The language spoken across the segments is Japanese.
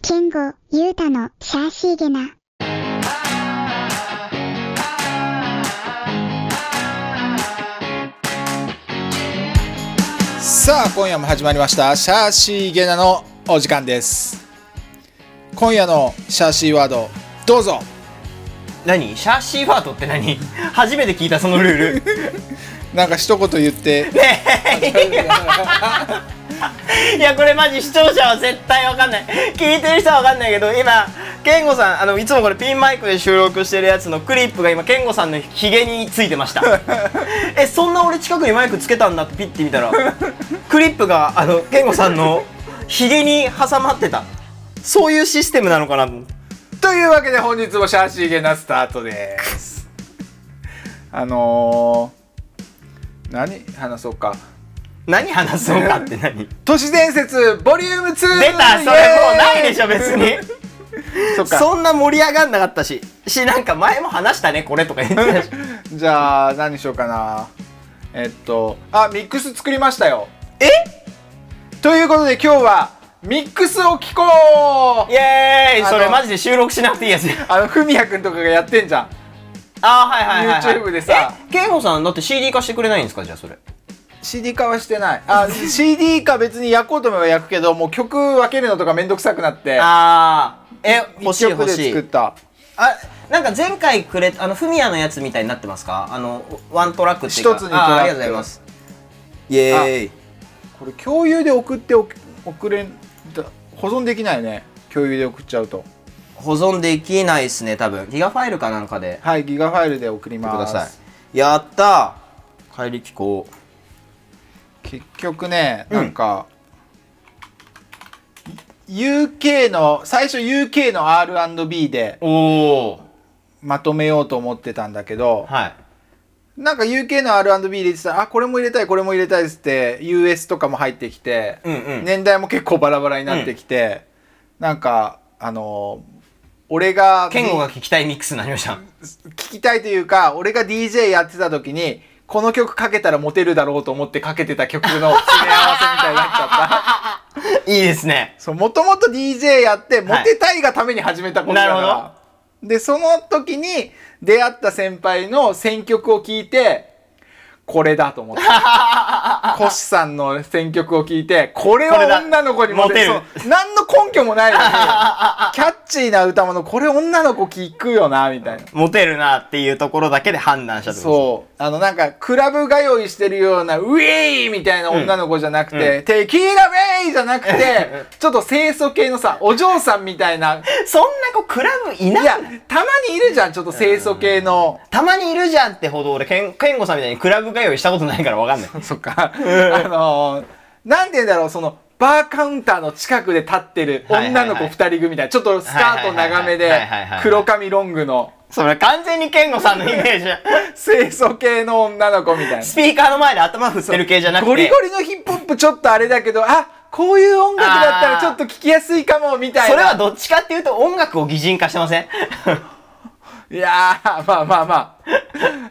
キング、ユータのシャーシーゲナ。さあ今夜も始まりましたシャーシーゲナのお時間です今夜のシャーシーワードどうぞ何シャーシーワードって何初めて聞いたそのルールなんか一言言ってねえ いやこれマジ視聴者は絶対わかんない聞いてる人はわかんないけど今健吾さんあのいつもこれピンマイクで収録してるやつのクリップが今健吾さんのひげについてましたえそんな俺近くにマイクつけたんだってピッて見たらクリップがあの健吾さんのひげに挟まってたそういうシステムなのかなと思ってというわけで本日もシャーシーゲナスタートですあのー、何話そうか何話そうかって何出都市伝説ボリューム2出たそれもうないでしょ別に そっかそんな盛り上がんなかったししなんか前も話したねこれとか言ってたし じゃあ何しようかなえっとあミックス作りましたよえということで今日はミックスを聞こうイエーイあのそれマジで収録しなくていいやつあのふみやくんとかがやってんじゃんあーはいはいはい、はい、 YouTube でさえケンゴさんだって CD 化してくれないんですかじゃあそれ CD 化はしてないあ CD 化別に焼こうと思えば焼くけどもう曲分けるのとかめんどくさくなってああえ欲しい一曲欲でし作っいたあなんか前回くれあのフミヤのやつみたいになってますかあのワントラックっていうか一つにトラックあーありがとうございますイエーイこれ共有で送っておく送れんだ保存できないよね共有で送っちゃうと保存できないですね多分ギガファイルかなんかではいギガファイルで送り見てくまだすさいやったー帰り聞こう結局ねなんか、UK の最初 UK の R&B でおおまとめようと思ってたんだけどはいなんか UK の R&B 入れてたらあこれも入れたいこれも入れたいっつって US とかも入ってきて、うんうん年代も結構バラバラになってきて、なんかあのー俺が健吾が聞き たいミックスになりました聞きたいというか俺が DJ やってた時にこの曲かけたらモテるだろうと思ってかけてた曲の詰め合わせみたいになっちゃったいいですねそうもともと DJ やってモテたいがために始めたことだから、なるほでその時に出会った先輩の選曲を聞いてこれだと思って コシさんの選曲を聞いてこれはこれだ女の子にモテるモテそう何の根拠もないの にキャッチーな歌ものこれ女の子聞くよなみたいなモテるなっていうところだけで判断したってこそう。あの、なんか、クラブ通いしてるような、ウェイみたいな女の子じゃなくて、テキーラウェイじゃなくて、 ちょっと清楚系のさ、お嬢さんみたいな。いとですそんな子クラブいないや、たまにいるじゃん、ちょっと清楚系の。たまにいるじゃんってほど俺ケン健吾さんみたいにクラブ通いしたことないからわかんないそっか。あのーなんて言うんだろう、その、バーカウンターの近くで立ってる女の子はいはいはい二人組みたいな、ちょっとスカート長めはいではいはいはい、黒髪ロングの、それ完全に健吾さんのイ メージだ清楚系の女の子みたいな。スピーカーの前で頭振ってる系じゃなくてゴリゴリのヒップホップちょっとあれだけど、あこういう音楽だったらちょっと聞きやすいかも、みたいな。それはどっちかっていうと音楽を擬人化してませんいやー、まあまあまあ。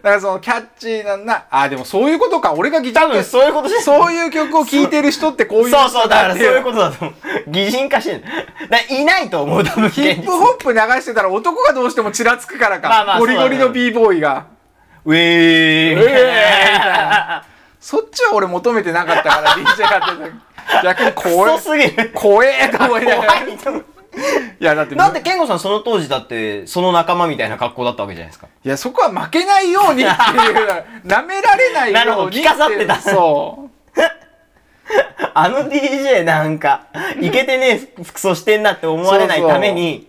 だからそのキャッチーな、な、あー、でもそういうことか。俺がギタ 多ー 分そういうことじゃうそういう曲を聴いてる人ってこういう人そうそうだからそういうと。ことだと思う擬人化してるだからいないと思う多分ヒップホップ流してたら男がどうしてもちらつくからか。まあまあゴリゴリそうだのね b ボーイが。ウェーイみたいなそっちは俺求めてなかったから、DJ やってた。逆に ク怖ソえ。すぎる怖えと思いながら。い怖いと思うや、だって、だって健吾さんその当時だってその仲間みたいな格好だったわけじゃないですかいや、そこは負けないよう にっていう、舐められないなるほよどうに着飾ってたそう。 あの DJ なんかいけてねえ服装してんなって思われないために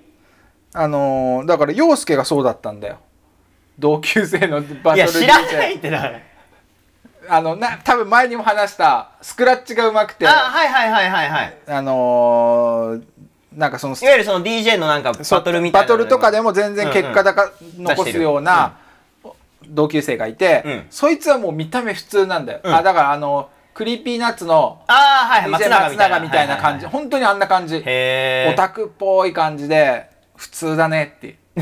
あのーだから陽介がそうだったんだよ同級生のバいトやル知らないってだからあのな多分前にも話したスクラッチがうまくてああはいはいはいはいはいのーなんかそのいわゆるその DJ のなんかバトルみたいなバトルとかでも全然結果だか、ん残すような同級生がいて、うんそいつはもう見た目普通なんだよ、うんあだからあのクリーピーナッツのああはいはい DJ 松松永みたいな永みたいな感じ、は本当にあんな感じいはいはいへオえタクっぽい感じで普通だねって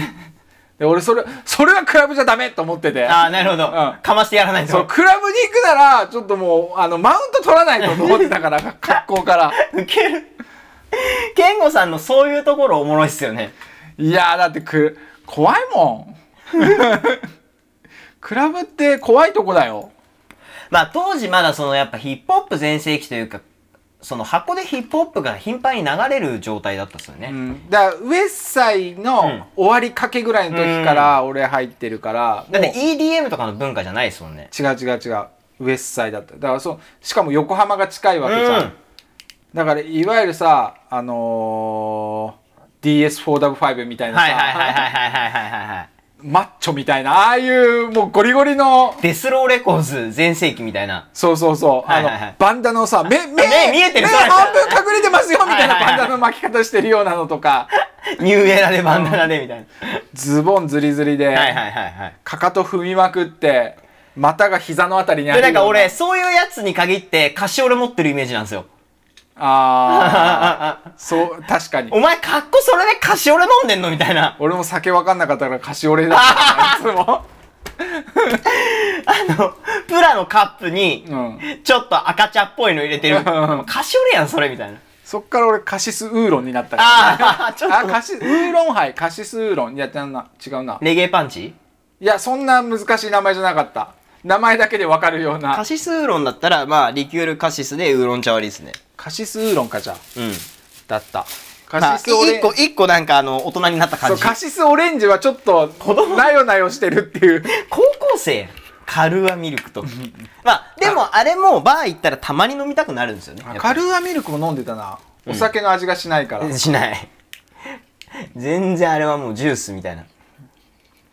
で俺それそれはクラブじゃダメと思っててああなるほど、うんかましてやらないそうとクラブに行くならちょっともうあのマウント取らないとと思ってたから格好から ウケる健吾さんのそういうところおもろいっすよね。いやーだってく怖いもん クラブって怖いとこだよまあ当時まだそのやっぱヒップホップ全盛期というか、その箱でヒップホップが頻繁に流れる状態だったっすよね。だからウエッサイの終わりかけぐらいの時から俺入ってるから、だっもてう EDM とかの文化じゃないですもんね。違う違う違うウエッサイだっただからそうしかも横浜が近いわけじゃん、うんだからいわゆるさあのー、DS4W5 みたいなさ、はいはいはいはいはいはいはいはい。マッチョみたいなああいうもうゴリゴリのデスローレコーズ全盛期みたいな。そうそうそう、はいはいはいあのバンダのさ目目目見えてる目そうです半分隠れてますよみたいなはいはいはバいンダの巻き方してるようなのとかニューエラでバンダナでみたいズボンズリズリで、な。はいはいはいはい。かかと踏みまくって股が膝のあたりにあで、るよなうんか俺、そういうやつに限って、カシオレ持ってるイメージなんですよ。あお あそう確かに前、かっこそれでカシオレ飲んでんのみたい な。俺も酒わかんなかったから菓子折れだ ったからいつも あの、プラのカップに、うんちょっと赤茶っぽいの入れてる。うんカシオレやん、それみたいな。そっから俺カシスウーロンになったからああ、ちょあっカシウーロン杯カシスウーロンいや違うな違うなと。レゲエパンチいやそんな難しい名前じゃなかった名前だけでわかるようなカシスウーロンだったら、まあ、リキュールカシスでウーロン茶割りですね。カシスウーロンかじゃあうん。だったまあカシスオレ一ン個、一個なんかあの、大人になったそ感うじ。カシスオレンジはちょっと供なよなよしてるっていう高校生やんカルアミルクとかまあでもあれもバー行ったらたまに飲みたくなるんですよねやっぱカルーアミルクも飲んでたなお酒の味がしないから、しない全然あれはもうジュースみたいな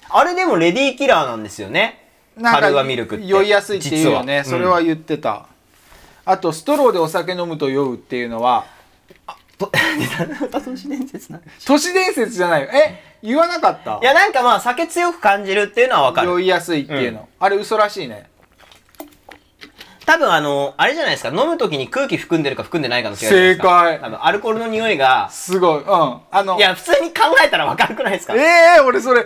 あれでもレディーキラーなんですよねなんカかルアミルクって酔いやすいっていうよね実それは言ってた、あとストローでお酒飲むと酔うっていうのはと歌都市伝説なんい都市伝説じゃないよえ言わなか ったやなんかまあ酒強く感じるっていうのはわか酔るいやすいっていうの、あれ嘘らしいね多分あのあれじゃないですか飲む時に空気含んでるか含んでないかの違いじゃないですか正解多分アルコールの匂いがすごいうんあのいや普通に考えたらわかるくないですかええ俺それ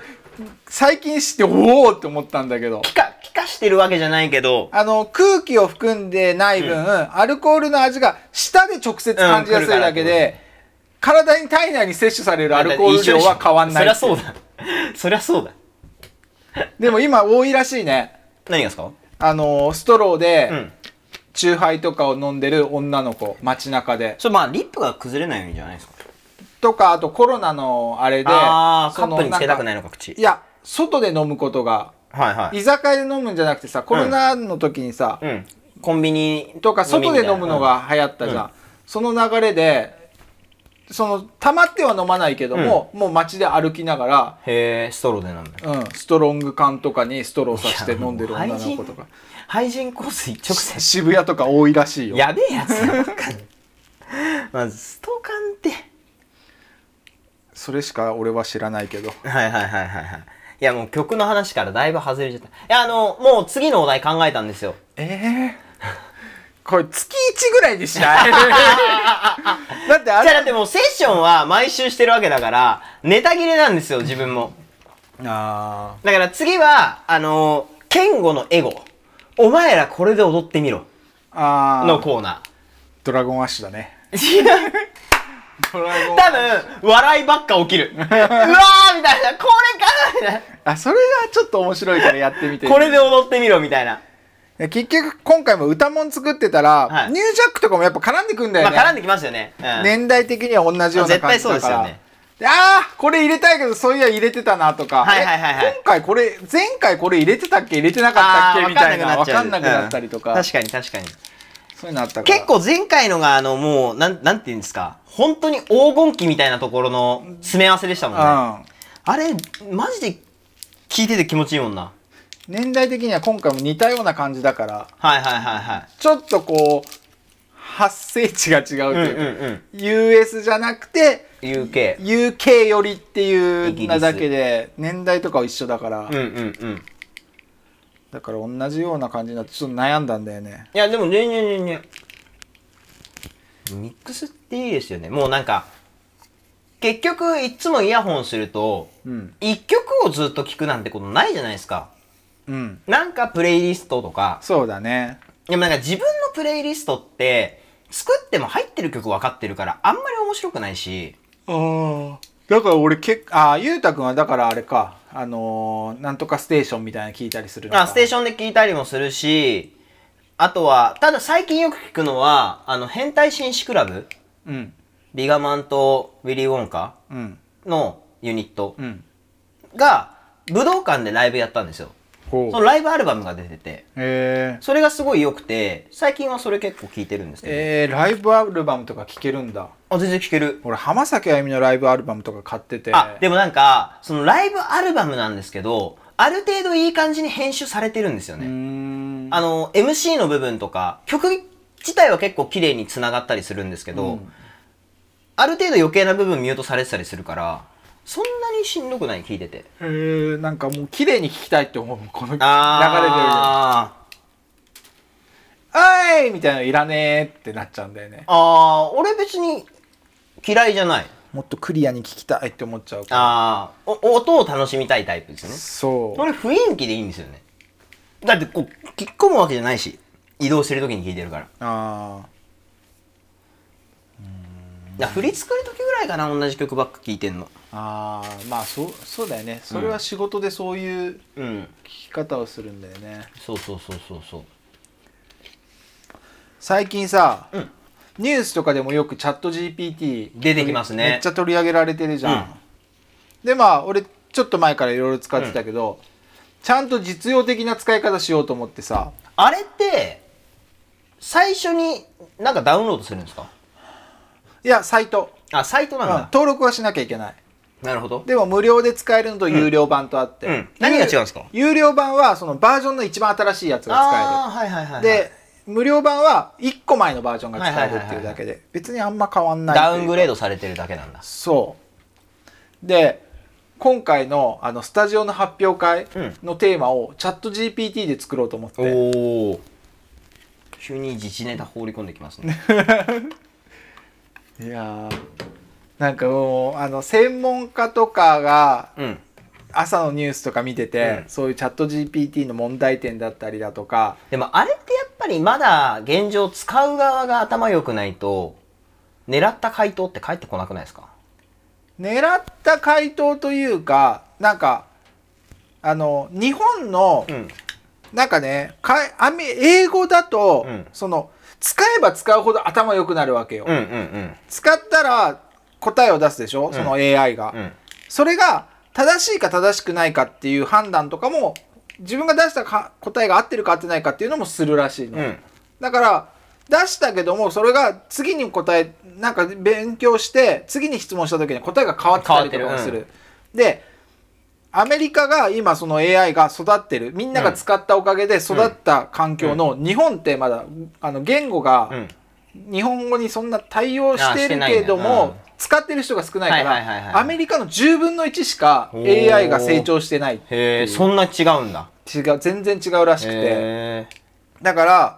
最近知っておおって思ったんだけど気化気化してるわけじゃないけどあの空気を含んでない分、アルコールの味が舌で直接感じやすいだけで、体に体内に摂取されるアルコール量は変わんないそりゃそうだ。そりゃそうだ。でも今多いらしいね何がですかあのストローで、うん。チューハイとかを飲んでる女の子街中でそれまあ、リップが崩れないようにじゃないですか。とかあとコロナのあれでああ、カそのップにつけたくないんのか、口かい。や外で飲むことがはいは居酒屋で飲むんじゃなくてさコロナの時にさ、い。うん。コンビニとか外で飲むのみたいな。が流行ったじゃん、その流れでその溜まっては飲まないけども、もう街で歩きながへえ、ストローで飲む。ら、うん、ストロング缶とかにストローさして飲んでる女の子とか廃人コース一直線。渋谷とか多いらしいよやべえやつだ。まず、ストーカンって。それしか俺は知らないけどはいはいはいはいはい。いやもう曲の話からだいぶ外れちゃった。いやあの、もう次のお題考えたんですよ。ええ これ月1ぐらいにしない だってあじゃあだれってもうセッションは毎週してるわけだから、ネタ切れなんですよ、自分も。あだから次は、あのー、ケンゴのエゴ。お前らこれで踊ってみろ。ーあーのコー ナドラゴンアッシュだねー。違う。ドラゴ多分、笑いばっか起きる。うわーみたいな、これかなみたいあそれがちょっと面白いからやってみてな。これで踊ってみろみたいな。で結局今回も歌もん作ってたら、はいニュージャックとかもやっぱ絡んでくんだまよあね、絡んできますよね。うん、年代的には同じような感じだ絶対そうですかよらねでああこれ入れたいけどそういや入れてたなとか、はいはいはいはいえ今回これ前回これ入れてたっけ入れてなかあったっーけみたいなわ分かかんんななくくなっちゃうなったりとか,、うん確かに確かに。そういうのあったから結構前回のが、あの、もう、なん、なんて言うんですか。本当に黄金期みたいなところの詰め合わせでしたもんね。うんあれ、マジで聞いてて気持ちいいもんな。年代的には今回も似たような感じだからはいはいはいはい。ちょっとこう発生地が違うというか、うんうんうん US じゃなくて UK。 UK よりってイギいうリスなだけで年代とかは一緒だから、うんうんうん。だから同じような感じになってちょっと悩んだんだよねいや、でも全然全然。ミックスっていいですよね。もうなんか、結局いつもイヤホンすると、うん一曲をずっと聴くなんてことないじゃないですか。うんなんかプレイリストとか、そうだねでもなんか自分のプレイリストって、作っても入ってる曲分かってるから、あんまり面白くないし、ああ。だから俺けああ、ゆうたくんはだからあれか、あのーなんとかステーションみたいなの聞いたりするのか。あ、ステーションで聴いたりもするし、あとは、ただ最近よく聞くのは、あの、変態紳士クラブ、うん。ビガマンとウィリー・ウォンカうん。のユニットうん。が、武道館でライブやったんですよ。ほそのライブアルバムが出てて、えー、それがすごい良くて、最近はそれ結構聴いてるんですけど、えー、ライブアルバムとか聴けるんだ。あ、全然聴ける。俺、浜崎あゆみのライブアルバムとか買ってて。あ、でもなんか、そのライブアルバムなんですけど、ある程度いい感じに編集されてるんですようーね。ん。あの、MC の部分とか、曲自体は結構綺麗に繋がったりするんですけど、うんある程度余計な部分ミュートされてたりするから、そんなにしんどくない聞いてて。えー、なんかもう綺麗に聴きたいって思う。この流れで。あー。おいみたいなのいらねえってなっちゃうんだよね。あー、俺別に嫌いじゃない。もっとクリアに聴きたいって思っちゃうから。あー、お音を楽しみたいタイプですよね。そう。これ雰囲気でいいんですよね。だってこう、引っ込むわけじゃないし、移動してる時に聞いてるから。ああ。だから振り作る時ぐらいかな同じ曲ばっか聴いてんのああまあそうそうだよねそれは仕事でそういううん聞き方をするんだよね、そうそうそうそうそう最近さ、うんニュースとかでもよくチャット GPT 出てきますねめっちゃ取り上げられてるじゃん、でまあ俺ちょっと前からいろいろ使ってたけど、ちゃんと実用的な使い方しようと思ってさあれって最初になんかダウンロードするんですかいやサイト、あサイトなんうんだ、登録はしなきゃいけないなるほどでも無料で使えるのと有料版とあって、うんうん何が違うんですか有有料版はそのバージョンの一番新しいやつが使えるああはいはいはいはいで、無料版は1個前のバージョンが使えるはいってはいいうはいだはけで、別にあんま変わんないというかダウングレードされてるだけなんだそう。で、今回のあのスタジオの発表会うんのテーマをチャット GPT で作ろうと思って、おお急に自治ネタ放り込んできますね いやーなんかもうあの専門家とかがうん朝のニュースとか見てて、うんそういうチャット GPT の問題点だったりだとかでもあれってやっぱりまだ現状使う側が頭良くないと狙った回答って返ってこなくないですか狙った回答というかなんかあの日本のうんなんかね、かいあみ英語だと、うんその使えば使うほど頭良くなるわけよ。うんうんうん使ったら答えを出すでしょ、んその AI が、うんそれが正しいか正しくないかっていう判断とかも自分が出したか答えが合ってるか合ってないかっていうのもするらしいの。うんだから出したけどもそれが次に答えなんか勉強して次に質問した時に答えが変わってたりとかもす変わるっ。でアメリカが今その AI が育ってるみんなが使ったおかげで育った環境の日本ってまだあの言語うがん日本語にそんな対応してるけどあしてないねも使ってる人が少ないかはいはいはいはいらアメリカの10分の1しかおー AI が成長してないってへいえ、うそんな違うんだ。違う全然違うらしくて。へえだから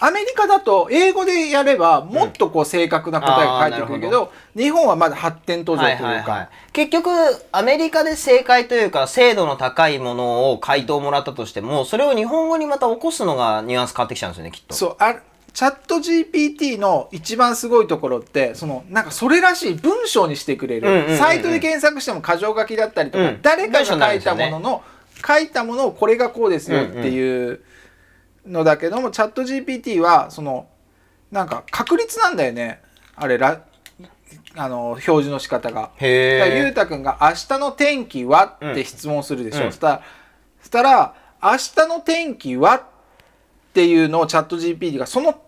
アメリカだと英語でやればもっとこう正確な答えが返ってくるけど,、日本はまだ発展途上とはいういか、はいはい。結局、アメリカで正解というか、精度の高いものを回答もらったとしても、それを日本語にまた起こすのがニュアンス変わってきちゃうんですよね、きっと。そうあチャット GPT の一番すごいところってそのなんかそれらしい文章にしてくれる、うんうんうんうんサイトで検索しても箇条書きだったりとか、うん誰かが書いたもの文章になるんの、書いたものをこれがこうですよっていうのだけども、チャット GPT はそのなんか確率なんだよねあれらあの表示の仕方が。だからゆうへえ。たくんが「明日の天気は?」って質問するでしょ、うんそしたらそしたら「明日の天気は?」っていうのをチャット GPT がその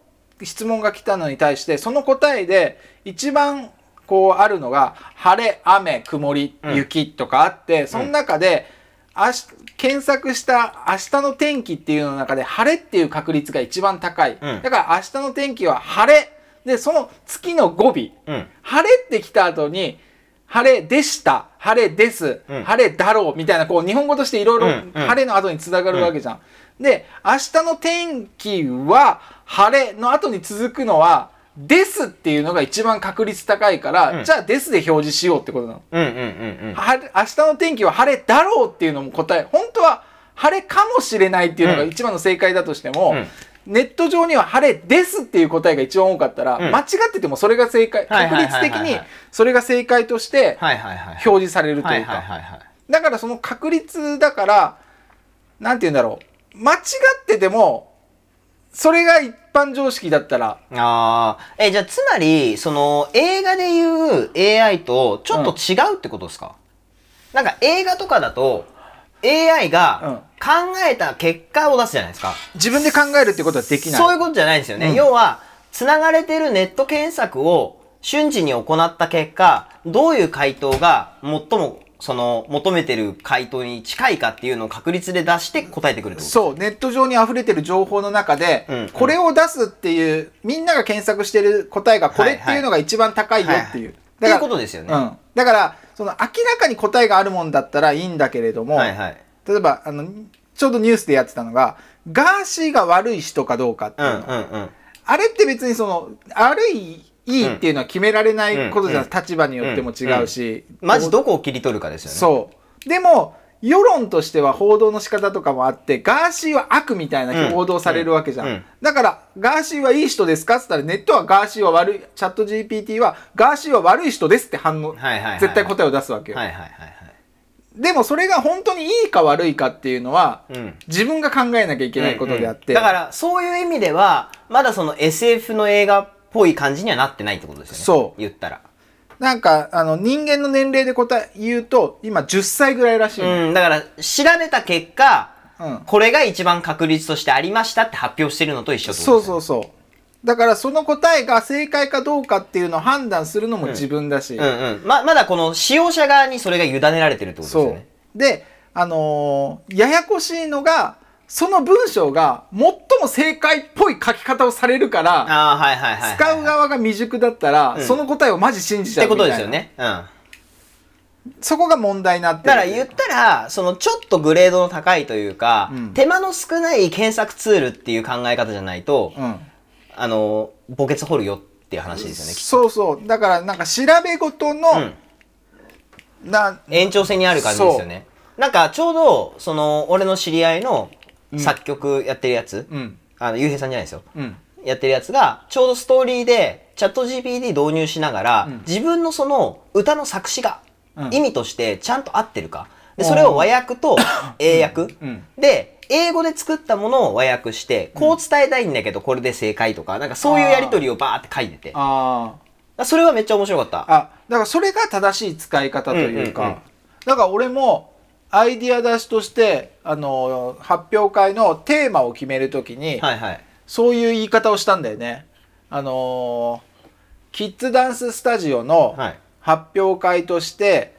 質問が来たのに対してその答えで一番こうあるのが「晴れ雨曇りうん雪」とかあって、その中で明日検索した「明日の天気」っていうの中で「晴れ」っていう確率が一番高い、うんだから「明日の天気は晴れ」でその月の語尾うん。晴れってきた後に、晴れでした、晴れです、うん晴れだろうみたいな、こう日本語としていろいろうんうん晴れの後につながるわけじゃん。で、明日の天気は晴れの後に続くのは、ですっていうのが一番確率高いから、うんじゃあですで表示しようってことなの。うんうんうんうん。は明日の天気は晴れだろうっていうのも答え、本当は晴れかもしれないっていうのが一番の正解だとしても、うんネット上には晴れですっていう答えが一番多かったら、うん間違っててもそれが正解、はいはい確はいはい率的にそれが正解としてはいはいはい表示されるとはいいうはいか。はいはいだからその確率だから、なんて言うんだろう。間違ってても、それが一般常識だったら、ああえじゃあつまりその映画でいう AI とちょっと違うってことですか、なんか映画とかだと AI が考えた結果を出すじゃないですか、自分で考えるってことはできない。そういうことじゃないんですよね。うん要は、つながれてるネット検索を瞬時に行った結果、どういう回答が最も、その、求めてる回答に近いかっていうのを確率で出して答えてくるってことそう、ネット上に溢れてる情報の中で、うんこれを出すっていう、みんなが検索してる答えがこれっていうのが一番高いよっていう。ってだいうかことですよね。ら、うん。だから、その明らかに答えがあるもんだったらいいんだけれども、はいはい。例えば、あの、ちょうどニュースでやってたのが、ガーシーが悪い人かどうかってういんうの。うんうん。あれって別にその、悪い、いいっていうのは決められないことじゃ、うんん、立場によっても違うし。まずどこを切り取るかですよね。そう。でも、世論としては報道の仕方とかもあって、ガーシーは悪みたいな報道されるわけじゃん。うんうんだから、ガーシーはいい人ですかって言ったら、ネットはガーシーは悪い、チャット GPT はガーシーは悪い人ですって反応、はいはいはい絶対答えを出すわけよ、はいはいはいでもそれが本当にいいか悪いかっていうのは、はい。うん。自分が考えなきゃいけないことであって、うんうんだから、そういう意味では、まだその SF の映画っぽい感じにはなってないってことですよね。そう言ったら。なんか、あの、人間の年齢で答え、言うと、今10歳ぐらいらしいの、うん、だから、調べた結果、うんこれが一番確率としてありましたって発表してるのと一緒ってそこうそうとですねそう。だからその答えが正解かどうかっていうのを判断するのも自分だし、うんうん。ま、まだこの使用者側にそれが委ねられてるってことですよそね。う。で、あのーややこしいのが、その文章が最も正解っぽい書き方をされるから、ああ、はいはいはいはい。使うっ側が未熟だったら、うんその答えをマジ信じちゃてうみこたいとでな。すよね。うん。だそこが問題になってるから言ったら、そのちょっとグレードの高いというか、うん手間の少ない検索ツールっていう考え方じゃないと、うん。あの、墓穴掘るよっていう話ですよねきっそうそう。だからなんか調べ事の、と。うん。な、延長線にある感じですよね。なんかちょうど、その、俺の知り合いの作曲やってるやつ、うん。あの、ゆうへいさんじゃないですよ。うん。やってるやつが、ちょうどストーリーで、チャット GPT 導入しながら、うん自分のその歌の作詞が、うん意味としてちゃんと合ってるか。で、それを和訳と英訳。うんで、英語で作ったものを和訳して、こう伝えたいんだけど、これで正解とか、なんかそういうやりとりをバーって書いてて。ああ。それはめっちゃ面白かった。あだからそれが正しい使い方というか、うんうんうんだから俺もアイディア出しとしてあの発表会のテーマを決めるときに、はいはい。そういう言い方をしたんだよね。あのーキッズダンススタジオのはい。発表会として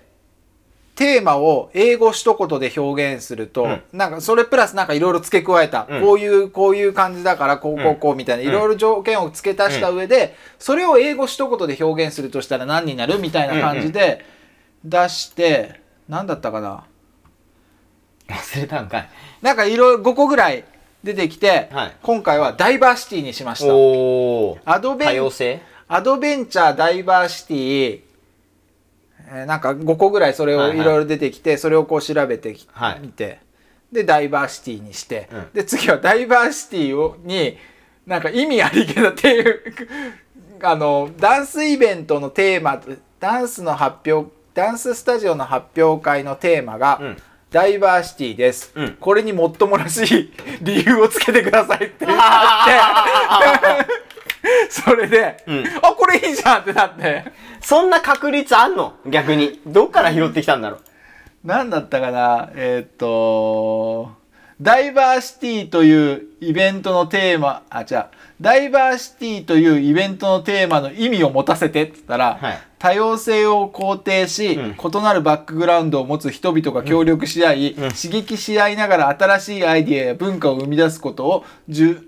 テーマを英語一言で表現すると、うんなんかそれプラスなんかいろいろ付け加えた、うんこういうこういう感じだからこうこうこうみたいなうんいろいろ条件を付け足した上で、それを英語一言で表現するとしたら何になるみたいな感じで出して、何だったかな忘れたんかい。なんかいろいろ5個ぐらい出てきて、はい今回はダイバーシティにしました。おー。アドベン多様性アドベンチャーダイバーシティ、えーなんか5個ぐらいそれはいをはいいろいろ出てきて、それをこう調べてき、はい見てでダイバーシティにして、うんで次はダイバーシティをになんか意味ありげなっていう あのダンスイベントのテーマダンスの発表ダンススタジオの発表会のテーマが、うんダイバーシティです、うんこれにもっともらしい理由をつけてくださいって 言って、それで、うんあ、これいいじゃんってなって、そんな確率あんの逆に。どっから拾ってきたんだろう。なんだったかな、えーっと、ダイバーシティというイベントのテーマ、あ、じゃダイバーシティというイベントのテーマの意味を持たせてって言ったら、はい多様性を肯定し、うん異なるバックグラウンドを持つ人々が協力し合い、うん刺激し合いながら新しいアイデアや文化を生み出すことを重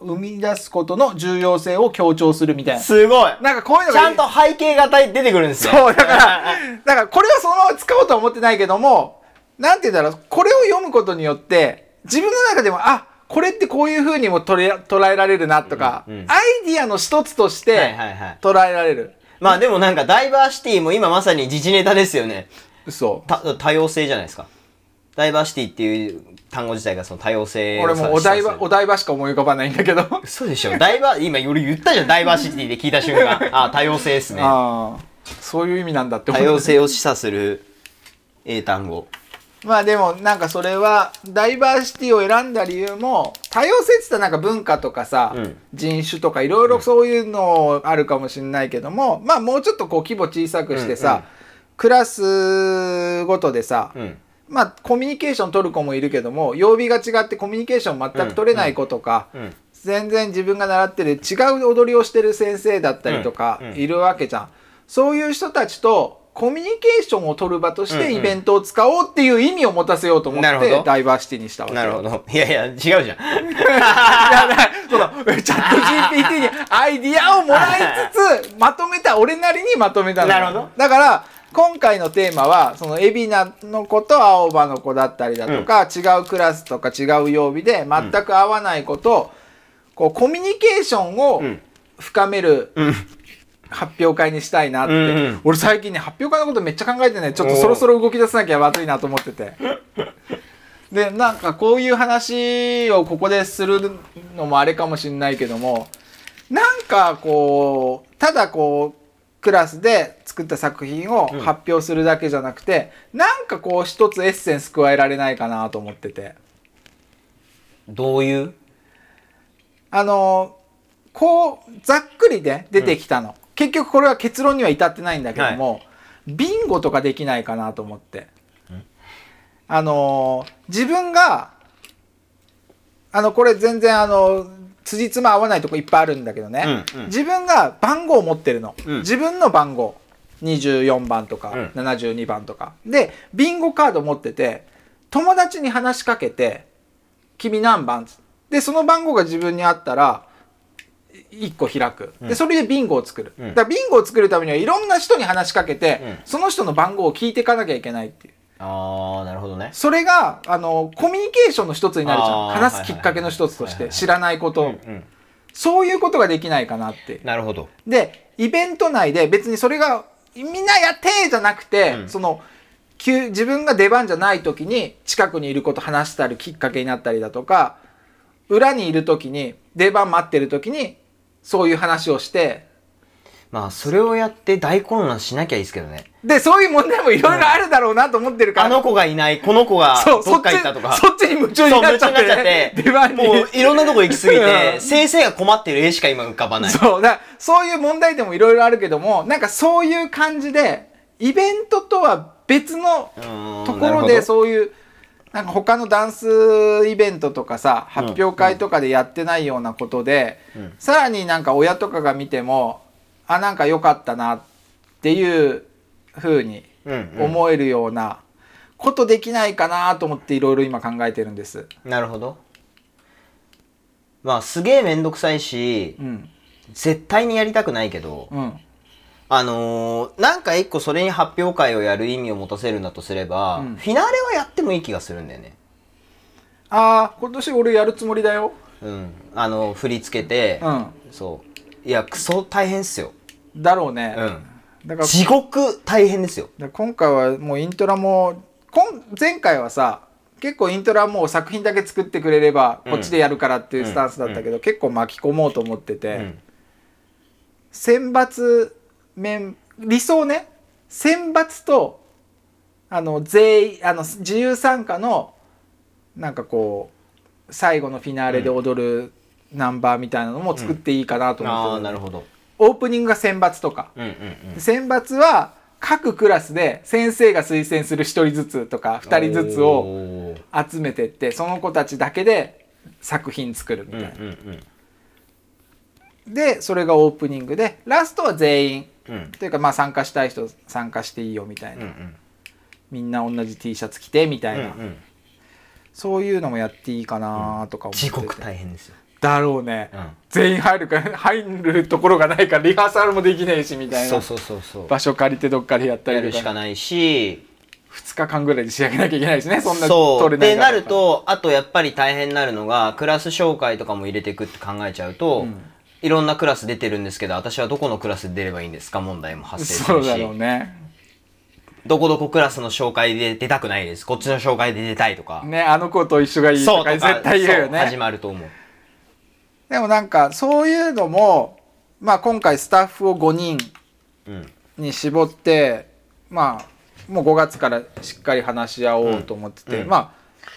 生み出すことの重要性を強調するみたいな。すごい。なんかこういうのちがゃいいんと背景型出てくるんですね。そう、だから、だからこれはそのまま使おうとは思ってないけども、なんて言うんだろう、これを読むことによって、自分の中でも、あ、これってこういう風にも捉え捉えられるなとか、うんうんアイディアの一つとしはいてはいはい捉えられる。まあでもなんかダイバーシティも今まさに時事ネタですよね。嘘。た多様性じゃないですか。ダイバーシティっていう単語自体がその多様性を俺もお台場、おお台場しか思い浮かばないんだけど。あそうでしょダイバー今俺言ったじゃんダイバーシティで聞いた 瞬間あ多様性ですねあー、そういう意味なんだって多思様う。性を示唆する英単語まあでもなんかそれはダイバーシティを選んだ理由も多様性って言ったらなんか文化とかさ、うん人種とかいろいろそういうのあるかもしれないけども、まあもうちょっとこう規模小さくしてさ、うんうんクラスごとでさ、うんまあコミュニケーション取る子もいるけども曜日が違ってコミュニケーション全く取れない子とか、うん全然自分が習ってる違う踊りをしてる先生だったりとかうんうんいるわけじゃん、そういう人たちとコミュニケーションを取る場としうんてうんイベントを使おうっていう意味を持たせようと思っなるほてどダイバーシティにしたわけなるほどどいやいや違うじゃん そのチャット GPT にアイディアをもらいつ つまとめた俺なりにまとめたのなるほどだから今回のテーマはその海老名の子と青葉の子だったりだとか、違うクラスとか違う曜日で全く合わない子と、こうコミュニケーションをん深めるうん発表会にしたいなって、うんうん俺最近ね発表会のことめっちゃ考えてねちょっとおーそろそろ動き出さなきゃまずいなと思っててでなんかこういう話をここでするのもあれかもしんないけどもなんかこうただこうクラスで作った作品を発表するだけじゃなくて、なんかこう一つエッセンス加えられないかなと思ってて。どういうあのこうざっくりで出てきたの、結局これは結論には至ってないんだけども、ビンゴとかできないかなと思って、あの自分があのこれ全然あの辻褄合わないとこいっぱいあるんだけどね、うんうん自分が番号を持ってるの、うん自分の番号24番とか、うん72番とかでビンゴカード持ってて友達に話しかけて「君何番?」でその番号が自分にあったら1個開くうでんそれでビンゴを作る、うんだからビンゴを作るためにはいろんな人に話しかけて、うんその人の番号を聞いていかなきゃいけないっていうああなるほどねそれがあのコミュニケーションの一つになるじゃんあー話すきっかけの一つとしはいはいてはい知らないこと、うんそういうことができないかなってなるほどでイベント内で別にそれがみんなやってじゃなくて、うんその急自分が出番じゃない時に近くにいること話したりきっかけになったりだとか裏にいる時に出番待ってる時にそういう話をしてまあそれをやって大混乱しなきゃいいですけどねでそういう問題もいろいろあるだろうなと思ってるから、 あの子がいないこの子 がそうどそっっちか行ったとかそっちに夢中そうになっ夢ちゃ中っになっちゃってて出番にもういろんなとこ行き過ぎう てん先生が困ってる絵しか今浮かばないそうだからそういう問題でもいろいろあるけどもなんかそういう感じでイベントとは別のとところでそういうなんか他のダンスイベントとかさうん発表会とかでやってないようなことで、うんさらになんか親とかが見てもあなんか良かったなっていう風に思思えるようなことできないかなと思っていろいろ今考えてるんです。うなるほどまあすげえめんどくさいしうん、絶対にやりたくないけどうん、あのーなんか一個それに発表会をやる意味を持たせるんだとすればうんフィナーレはやってもいい気がするんだよねああ今年俺やるつもりだよ。うんあの振り付けてうん、そういやクソ大変っすよだろうね。うんだから地獄大変ですよだから今回はもうイントラもこん前回はさ結構イントラはもう作品だけ作ってくれればうんこっちでやるからっていうスタンスだったけど、結構巻き込もうと思ってて、うん選抜面理想ね選抜とあの全員あの自由参加のなんかこう最後のフィナーレで踊るナンバーみたいなのも作っていいかなとあ思っあてなるるほどオープニングが選抜とか。うんうんうん選抜は各クラスで先生が推薦する1人ずつとか2人ずつをおー集めてってその子たちだけで作品作るみうたいな、んうんうんでそれがオープニングでラストは全員うんというかまあ参加したい人参加していいよみたいうんうな、んみんな同じ T シャツ着てみたいな、うんうんそういうのもやっていいかなとか思ってて、地獄大変ですよだろうね、うん全員入るか入るところがないからリハーサルもできねえしみたいなそうそうそうそう場所借りてどっかでやったやりるとしかかないし2日間ぐらいで仕上げなきゃいけないしねそんなそう取れなでいからなるとあとやっぱり大変になるのがクラス紹介とかも入れていくって考えちゃうと、うんいろんなクラス出てるんですけど私はどこのクラスで出ればいいんですか問題も発生すそるうしだろうねどこどこクラスの紹介で出たくないですこっちの紹介で出たいとか、ね、あの子と一緒がいいそとうとかか絶対言うよそう始ね。まると思うでもなんか、そういうのも、まあ今回スタッフを5人うんに絞って、まあ、もう5月からしっかり話し合おうと思ってて、うんまあ、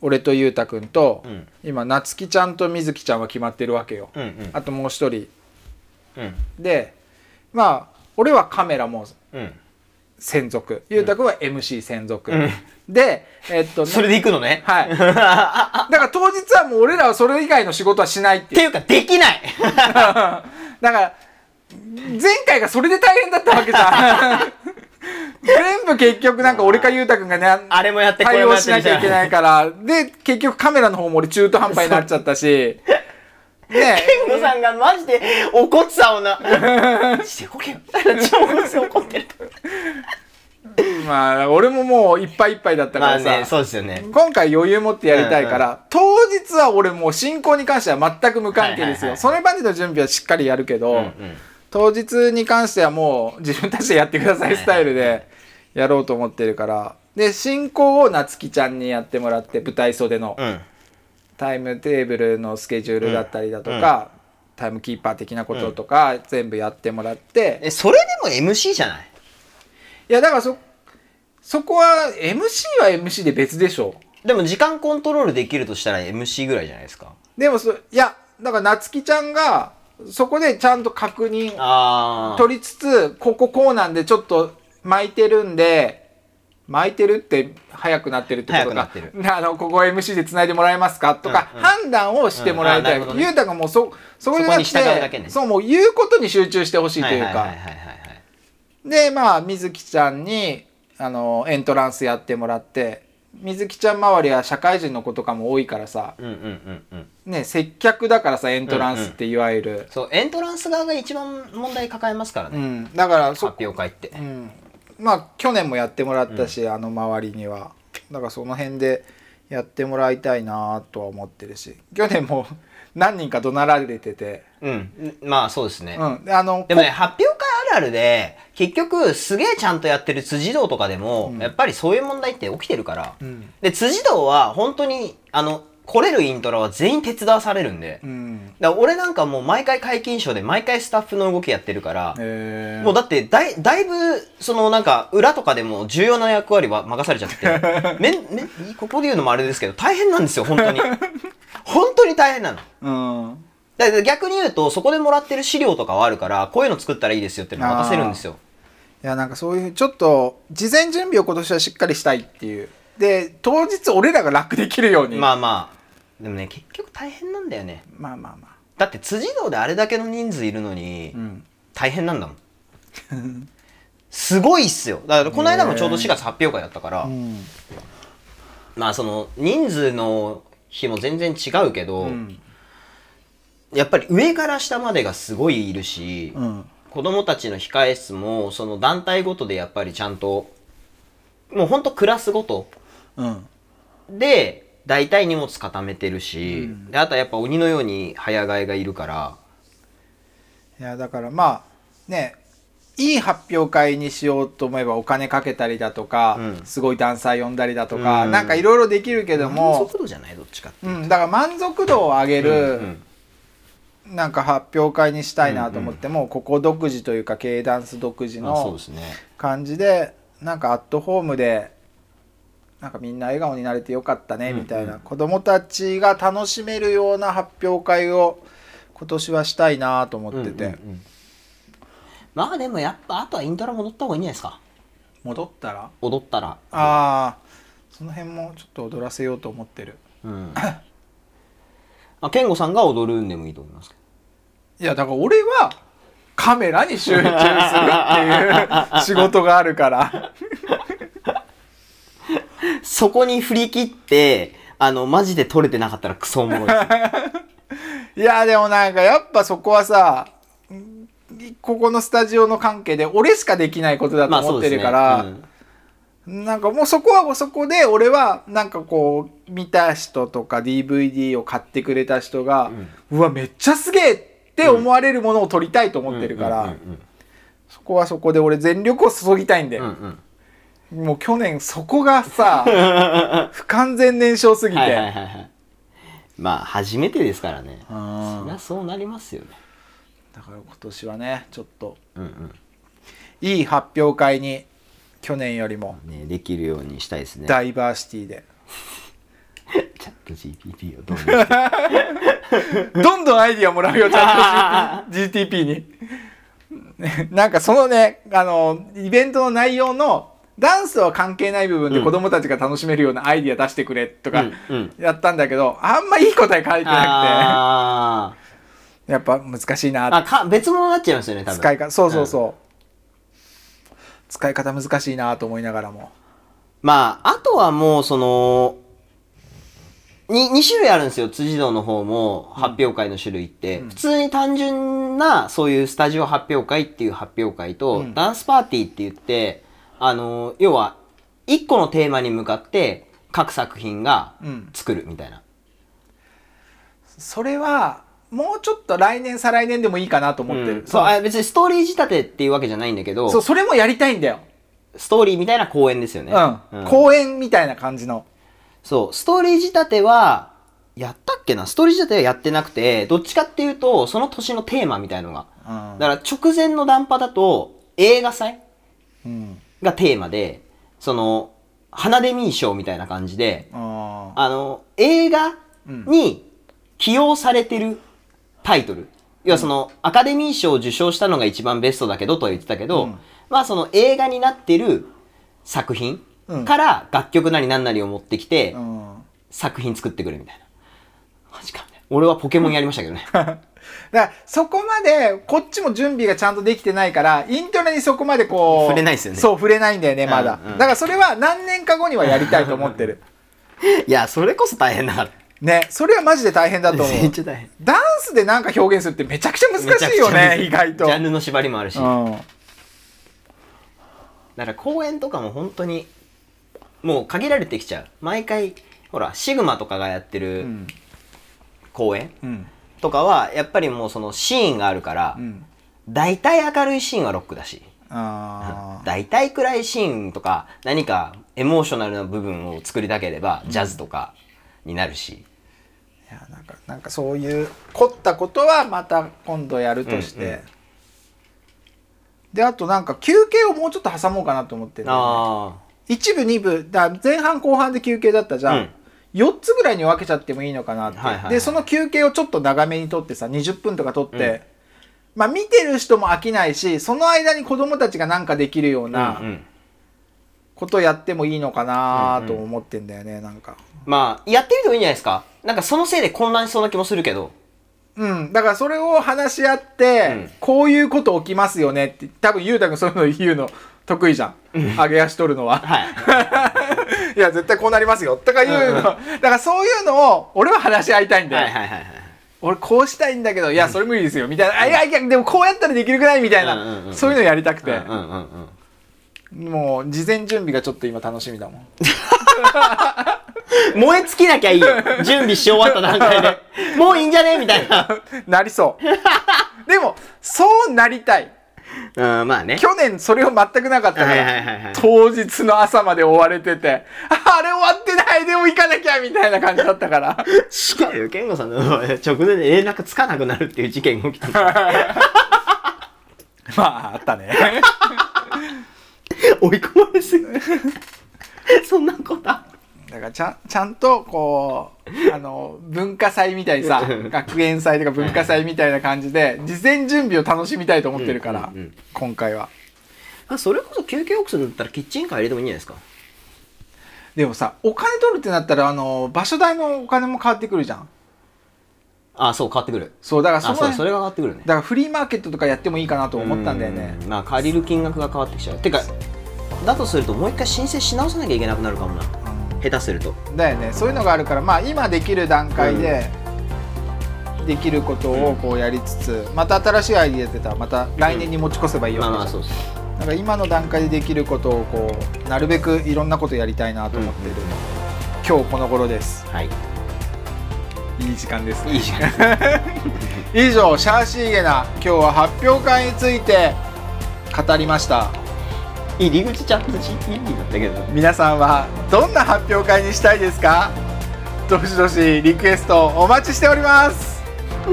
俺とゆうたくんと、うん今、なつきちゃんとみずきちゃんは決まってるわけよ。うんうんあともう一人。うんで、まあ、俺はカメラもうん専属。ゆうたくんは MC 専属。うんで、えっと、それで行くのねはい。だから当日はもう俺らはそれ以外の仕事はしないってっ いうていうかできない だから、前回がそれで大変だったわけじゃん。全部結局なんか俺かゆうたくんがね、あれもやってこれ対も応やっしてみなきたゃいけいなないから、で、結局カメラの方も俺中途半端になっちゃったし、 ね健吾さんがマジで怒ってたも んな。マジでこけよ。超怒ってる。まあ俺ももういっぱいいっぱいだったまかあねら、さ、そうですよね。今回余裕持ってやりたいから、当日は俺もう進行に関しては全く無関係ですはいはいはいよ。それまでの準備はしっかりやるけど、うんうん当日に関してはもう自分たちでやってくださいスタイルでやろうと思ってるから。で、進行をなつきちゃんにやってもらって、舞台袖のうん。タイムテーブルのスケジュールだったりだとか、タイムキーパー的なこととか、全部やってもらって。え、それでも MC じゃないいや、だからそ、そこは MC は MC で別でしょ。でも時間コントロールできるとしたら MC ぐらいじゃないですか。でもそ、いや、だからなつきちゃんが、そこでちゃんと確認あー。取りつつ、こここうなんでちょっと巻いてるんで、巻いてるって早くなってるってこと早くなかってる。 あの、ここ MC で繋いでもらえますかとか、うんうん判断をしてもらいたい。うんあなるほどねゆうたがもうそ、そこじゃなくて、そこに従うだけねそう、もう言うことに集中してほしいというはいはいはいか。はいはい。で、まあ、みずきちゃんに、あの、エントランスやってもらって、みずきちゃん周りは社会人の子とかも多いからさ、うんうんうんうん。ね、接客だからさ、エントランスっていわゆる。そう、エントランス側が一番問題抱えますからうね。ん、だから、発そ表会って。うん、まあ去年もやってもらったし、あの周りにはだからその辺でやってもらいたいなとは思ってるし去年も 何人か怒鳴られてて、うん。まあそうですね。うん、であのでもね、発表会あるあるで、結局、すげえちゃんとやってる辻堂とかでも、やっぱりそういう問題って起きてるから。うんで、辻堂は、本当に、あの、来れるイントラは全員手伝わされるんで。うだかんら俺なんかもう毎回解禁賞で、毎回スタッフの動きやってるから、えーもうだってだい、だいぶ、そのなんか、裏とかでも重要な役割は任されちゃってて、めん、めん、ここで言うのもあれですけど、大変なんですよ、本当に。 本当に大変なの。うんだから逆に言うと、そこでもらってる資料とかはあるから、こういうの作ったらいいですよっていうのを渡せるんですよ。いやなんかそういうちょっと事前準備を今年はしっかりしたいっていうで当日俺らが楽できるように、まあまあ。でもね、結局大変なんだよね。まあまあまあだって辻堂であれだけの人数いるのに、ん大変なんだもん。すごいっすよ。だからこの間もちょうど4月発表会だったから、うんまあその人数の日も全然違うけど、うんやっぱり上から下までがすごいいるし、うん子供たちの控え室もその団体ごとでやっぱりちゃんともうほんとクラスごとうんで大体荷物固めてるし、であとはやっぱ鬼のように早替えがいるからいやだからまあねいい発表会にしようと思えばお金かけたりだとか、うんすごいダンサー呼んだりだとか、うんなんかいろいろできるけど満も足、度じゃないどっちかって、うん、だから満足度を上げる、うんなんか発表会にしたいなと思って、もうここ独自というか経営ダンス独自まあそうのですね感じでなんかアットホームでなんかみんな笑顔になれてよかったねみたいな、子供たちが楽しめるような発表会を今年はしたいなと思ってて、うんうんうんまあでもやっぱあとはイントラ戻った方がいいんじゃないですか戻ったら踊ったらああその辺もちょっと踊らせようと思ってるうんあ健吾さんが踊るんでもいいと思いますけどいやだから俺はカメラに集中するっていう仕事があるからそこに振り切ってあのマジで撮れてなかったらクソおもろいですいやでもなんかやっぱそこはさんここのスタジオの関係で俺しかできないこと だと思ってるから、まあそうですねなんかもうそこはそこで俺はなんかこう見た人とか DVD を買ってくれた人が、うわめっちゃすげえって思われるものを撮りたいと思ってるから、うんうんうんそこはそこで俺全力を注ぎたいんで、うんうんうんもう去年そこがさ 不完全燃焼すぎて、はいはいはいはいまあ初めてですからねうんそりゃそうなりますよねだから今年はねちょっとうんうんいい発表会に去年よりもね、できるようにしたいですね。ダイバーシティで、チャット GPT をどうにかどんどんアイディアもらうよチャット GTP にね なんかそのねあのイベントの内容のダンスとは関係ない部分で子供たちが楽しめるようなアイディア出してくれとかうん うんやったんだけど、あんまいい答え書いてなあくてやっぱ難しいなーあか別物になっちゃいますよね、多分。使い方そうそうそう、使い方難しいなと思いながらもまあ、あとはもう、その、に2種類あるんですよ、辻堂の方も発表会の種類って。普通に単純な、そういうスタジオ発表会っていう発表会と、うんダンスパーティーって言って、あの、要は、1個のテーマに向かって、各作品がうん作るみたいな。それはもうちょっと来年再来年でもいいかなと思ってる、うんそう、あ別にストーリー仕立てっていうわけじゃないんだけど、そうそれもやりたいんだよ、ストーリーみたいな公演ですよね。うん、公演みたいな感じのそう、ストーリー仕立ては、やったっけなストーリー仕立てはやってなくて、どっちかっていうと、その年のテーマみたいのが。うんだから直前の談波だと、映画祭うんがテーマで、その、花デミー賞みたいな感じで、あーあの、映画に起用されてるタイトル。要はその、アカデミー賞を受賞したのが一番ベストだけどとは言ってたけど、うんまあその映画になってる作品うんから楽曲なり何なりを持ってきて、うん作品作ってくれみたいな。マジかみたいな。俺はポケモンやりましたけ どね。だからそこまでこっちも準備がちゃんとできてないからイントロにそこまでこう触れないですよねそう触れないんだよねまだ、うんうんだからそれは何年か後にはやりたいと思って るいや、それこそ大変だから。ねそれはマジで大変だと思めっうちゃ大変。ダンスでなんか表現するってめちゃくちゃ難しいよねめ意ちゃくちゃ外とジャンルの縛りもあるし。だうんから公演とかも本当に、もう限られてきちゃう。毎回、ほら、シグマとかがやってうるん公演うんとかは、やっぱりもうそのシーンがあるからう、ん大体明るいシーンはロックだし、あ大体暗いシーンとか、何かエモーショナルな部分を作りたければ、ジャズとかになるし。ーいやなんかなんかそういう凝ったことはまた今度やるとして、うんうんであとなんか休憩をもうちょっと挟もうかなと思ってるんだよねああ。一部二部だ前半後半で休憩だったじゃん、うん4つぐらいに分けちゃってもいいのかなって、はいはいはいでその休憩をちょっと長めにとってさ20分とかとって、まあ見てる人も飽きないしその間に子供たちがなんかできるよううんうなんことやってもいいのかなと思ってんだよねなんかまあ、やってみてもいいんじゃないですか。なんかそのせいで混乱しそうな気もするけど。うんだからそれを話し合って、うんこういうこと起きますよねって多分ゆうたくんそういうの言うの得意じゃん上げ足取るのは はい。いや絶対こうなりますよとかいうの、うんうんだからそういうのを俺は話し合いたいんだはよ、いはいはいはい。俺こうしたいんだけどいやそれ無理ですよみたいな、いやいやでもこうやったらできるくないみたいな、うんうんうんそういうのやりたくて、うんうんうんうん。もう事前準備がちょっと今楽しみだもん燃え尽きなきゃいいよ。準備し終わった段階 で。もういいんじゃねみたいな。なりそうでもそうなりたい うん、まあね。去年それを全くなかったから、はいはいはいはい当日の朝まで追われててああれ終わってないでも行かなきゃみたいな感じだったから しかよ、健吾さんの直前で連絡つかなくなるっていう 事件が起きた。まああったね追い込まれすぎて。 そんなことあ るだからちゃんちゃんとこうあの文化祭みたいにさ学園祭とか文化祭みたいな感じで事前準備を楽しみたいと思ってるから、うんうんうん今回はあそれこそ休憩オークスだったらキッチンカー入れてもいいんじゃないですか。でもさお金取るってなったらあの場所代のお金も変わってくるじゃんあ、そう、変わってくる。そうだからそあ、のそう、だそかれが変わってくるね。らフリーマーケットとかやってもいいかなと思ったんだよねうんまあ借りる金額が変わってきちゃうてかだとするともう一回申請し直さなきゃいけなくなるかもな下手するとうんだよねそういうのがあるからまあ今できる段階でできることをこうやりつつまた新しいアイディア出たらまた来年に持ち越せばいいわまあけじゃん、まあそうそうなんか今の段階でできることをこうなるべくいろんなことやりたいなと思ってる、今日この頃ですはいいい時間ですいい時間です以上シャーシーゲナ今日は発表会について語りました入り口チャット GPT だったけど皆さんはどんな発表会にしたいですかどしどしリクエストお待ちしております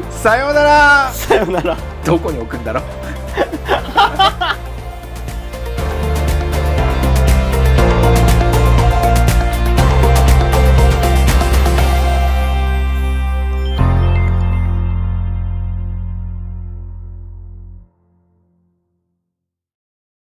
さようならさよならどこに置くんだろう